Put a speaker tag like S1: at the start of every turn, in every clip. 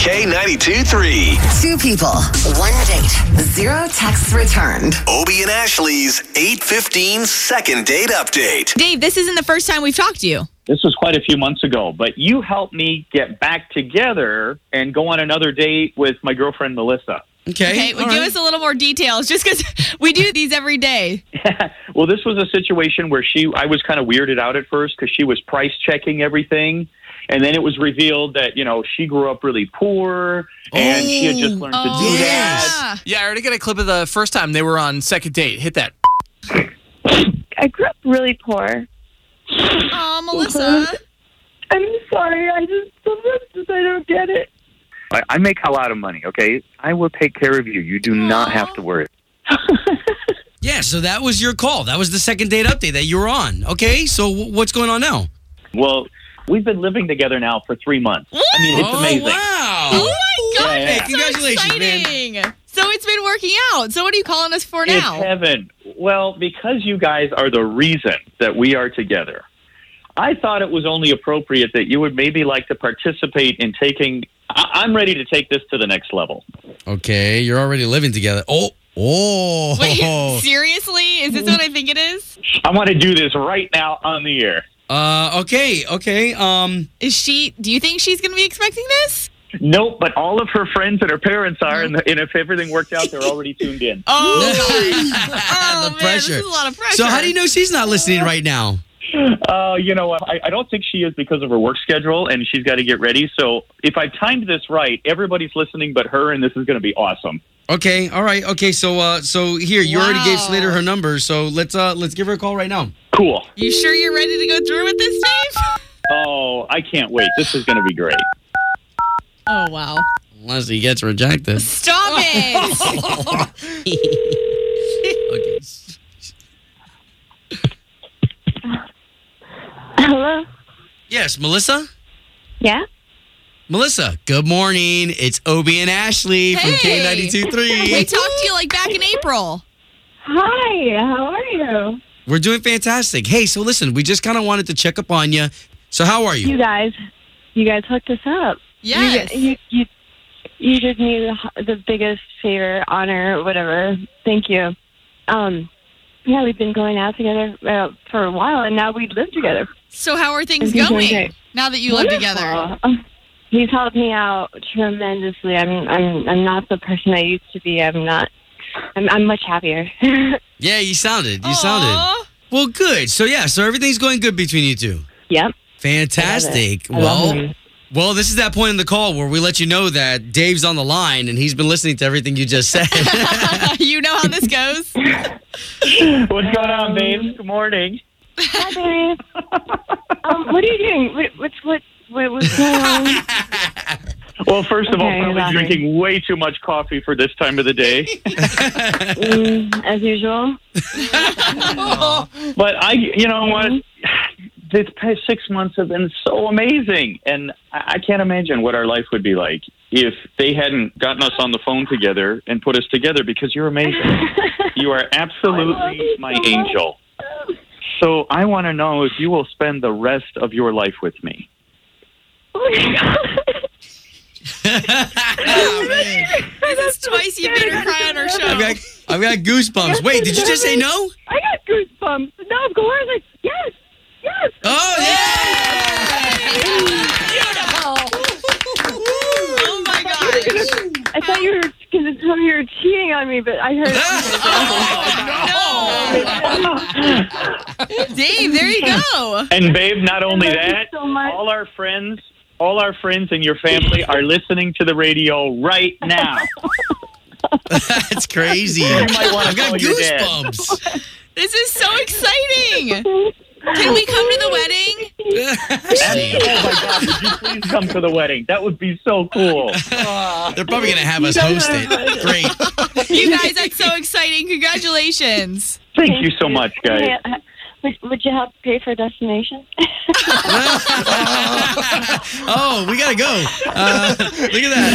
S1: K92 3.
S2: Two people, one date, zero texts returned.
S1: Obie and Ashley's 815 second date update.
S3: Dave, this isn't the first time we've talked to you.
S4: This was quite a few months ago, but you helped me get back together and go on another date with my girlfriend, Melissa.
S5: Okay.
S3: Okay,
S5: all
S3: give
S5: right.
S3: us a little more details just because we do these every day.
S4: well, this was a situation where she, I was kind of weirded out at first because she was price checking everything. And then it was revealed that, you know, she grew up really poor and she had just learned
S6: Oh,
S4: to do that.
S3: yeah.
S5: Yeah, I already got a clip of the first time they were on second date. Hit that.
S7: I grew up really poor.
S3: Oh, Melissa.
S7: I'm sorry. I just sometimes just I don't get it.
S4: I, I make a lot of money, okay? I will take care of you. You do not
S3: Aw.
S4: have to worry.
S6: Yeah, so that was your call. That was the second date update that you were on. Okay, so w- what's going on now?
S4: Well, we've been living together now for three months. I mean, it's
S5: Oh,
S4: amazing.
S6: wow.
S3: Oh my God,
S4: Yeah, yeah.
S3: that's
S6: Hey,
S3: so
S6: congratulations, man.
S3: exciting. So it's been working out. So what are you calling us for
S4: It's
S3: now?
S4: heaven. Well, because you guys are the reason that we are together, I thought it was only appropriate that you would maybe like to participate in taking. I- I'm ready to take this to the next level.
S6: Okay, you're already living together. Oh, oh.
S3: Wait, seriously? Is this what I think it is?
S4: I want to do this right now on the air.
S6: Uh, okay, okay. Um,
S3: Is she, do you think she's going to be expecting this?
S4: Nope, but all of her friends and her parents are, and, and if everything worked out, they're already tuned in.
S3: Oh, God. Oh,
S6: the
S3: man,
S6: pressure.
S3: This is a lot of pressure.
S6: so how do you know she's not listening right now?
S4: Uh, you know, I, I don't think she is because of her work schedule, and she's got to get ready. So if I've timed this right, everybody's listening but her, and this is going to be awesome.
S6: Okay, all right. Okay, so uh so here, you already gave
S3: Wow.
S6: Slater her number, so let's uh let's give her a call right now.
S4: Cool.
S3: You sure you're ready to go through with this, Dave?
S4: Oh, I can't wait. This is going to be great.
S3: Oh, wow.
S6: Unless he gets rejected.
S3: Stop it.
S6: Okay.
S7: Hello.
S6: Yes, Melissa?
S7: Yeah.
S6: Melissa, good morning. It's Obie and Ashley from
S3: Hey. we
S6: K92.3.
S3: talked to you like back in April.
S7: Hi. How are you?
S6: We're doing fantastic. Hey, so listen, we just kind of wanted to check up on you. So how are you?
S7: You guys. You guys hooked us up. You-
S3: Yes.
S7: You you you did me the, h- the biggest favor, honor, whatever. Thank you. Um. Yeah, we've been going out together uh, for a while, and now we live together.
S3: So how are things
S7: Everything's
S3: going
S7: okay.
S3: now that you live together?
S7: Wonderful. He's helped me out tremendously. I'm I'm I'm not the person I used to be. I'm not. I'm I'm much happier.
S6: Yeah, you sounded. You sounded.
S3: Aw.
S6: Well, good. So yeah, so everything's going good between you two.
S7: yep.
S6: Fantastic.
S7: I love
S6: Well,
S7: him.
S6: Well, this is that point in the call where we let you know that Dave's on the line and he's been listening to everything you just said.
S3: you know how this goes.
S4: What's going on, babe? Good morning.
S7: Hi, babe. um, what are you doing? What, what's what? What was going on?
S4: Well, first of all,
S7: Okay,
S4: probably
S7: bye.
S4: drinking way too much coffee for this time of the day.
S7: Mm, as usual.
S4: but I, you know what?
S7: Mm-hmm.
S4: These past six months have been so amazing, and I I can't imagine what our life would be like if they hadn't gotten us on the phone together and put us together. Because you're amazing. you are
S7: I love
S4: absolutely
S7: you
S4: my
S7: so much.
S4: angel. So I want to know if you will spend the rest of your life with me.
S7: Oh my God.
S6: Oh,
S3: This is twice you've made her cry on our
S6: I've,
S3: show.
S6: got, I've got goosebumps. Wait, did you just say no?
S7: I got goosebumps. No, of course. I, yes. Yes.
S6: Oh, yeah.
S3: Oh my gosh.
S7: I thought you were going to tell me you were cheating on me, but I
S3: Oh, no. Dave, there you go.
S4: And babe, not only
S7: love you
S4: that,
S7: so much.
S4: all our friends, all our friends and your family are listening to the radio right now.
S6: That's crazy.
S4: might wanna
S6: I've got
S4: call your dad.
S6: goosebumps.
S3: This is so exciting.
S7: heard.
S3: Can we come to the wedding?
S4: oh my god, would you please come to the wedding? That would be so cool.
S6: They're probably going to have us host it. Great.
S3: You guys, that's so exciting. Congratulations.
S4: Thank you so much, guys.
S7: Yeah. Would, would you help pay for destination?
S6: oh, we got to go. Uh, look at that.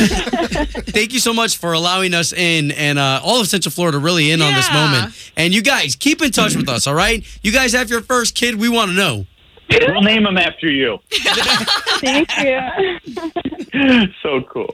S6: Thank you so much for allowing us in and uh, all of Central Florida really in on this
S3: Yeah.
S6: moment. And you guys, keep in touch with us, all right? You guys have your first kid. We want to know.
S4: We'll name them after you.
S7: Thank you.
S4: So cool.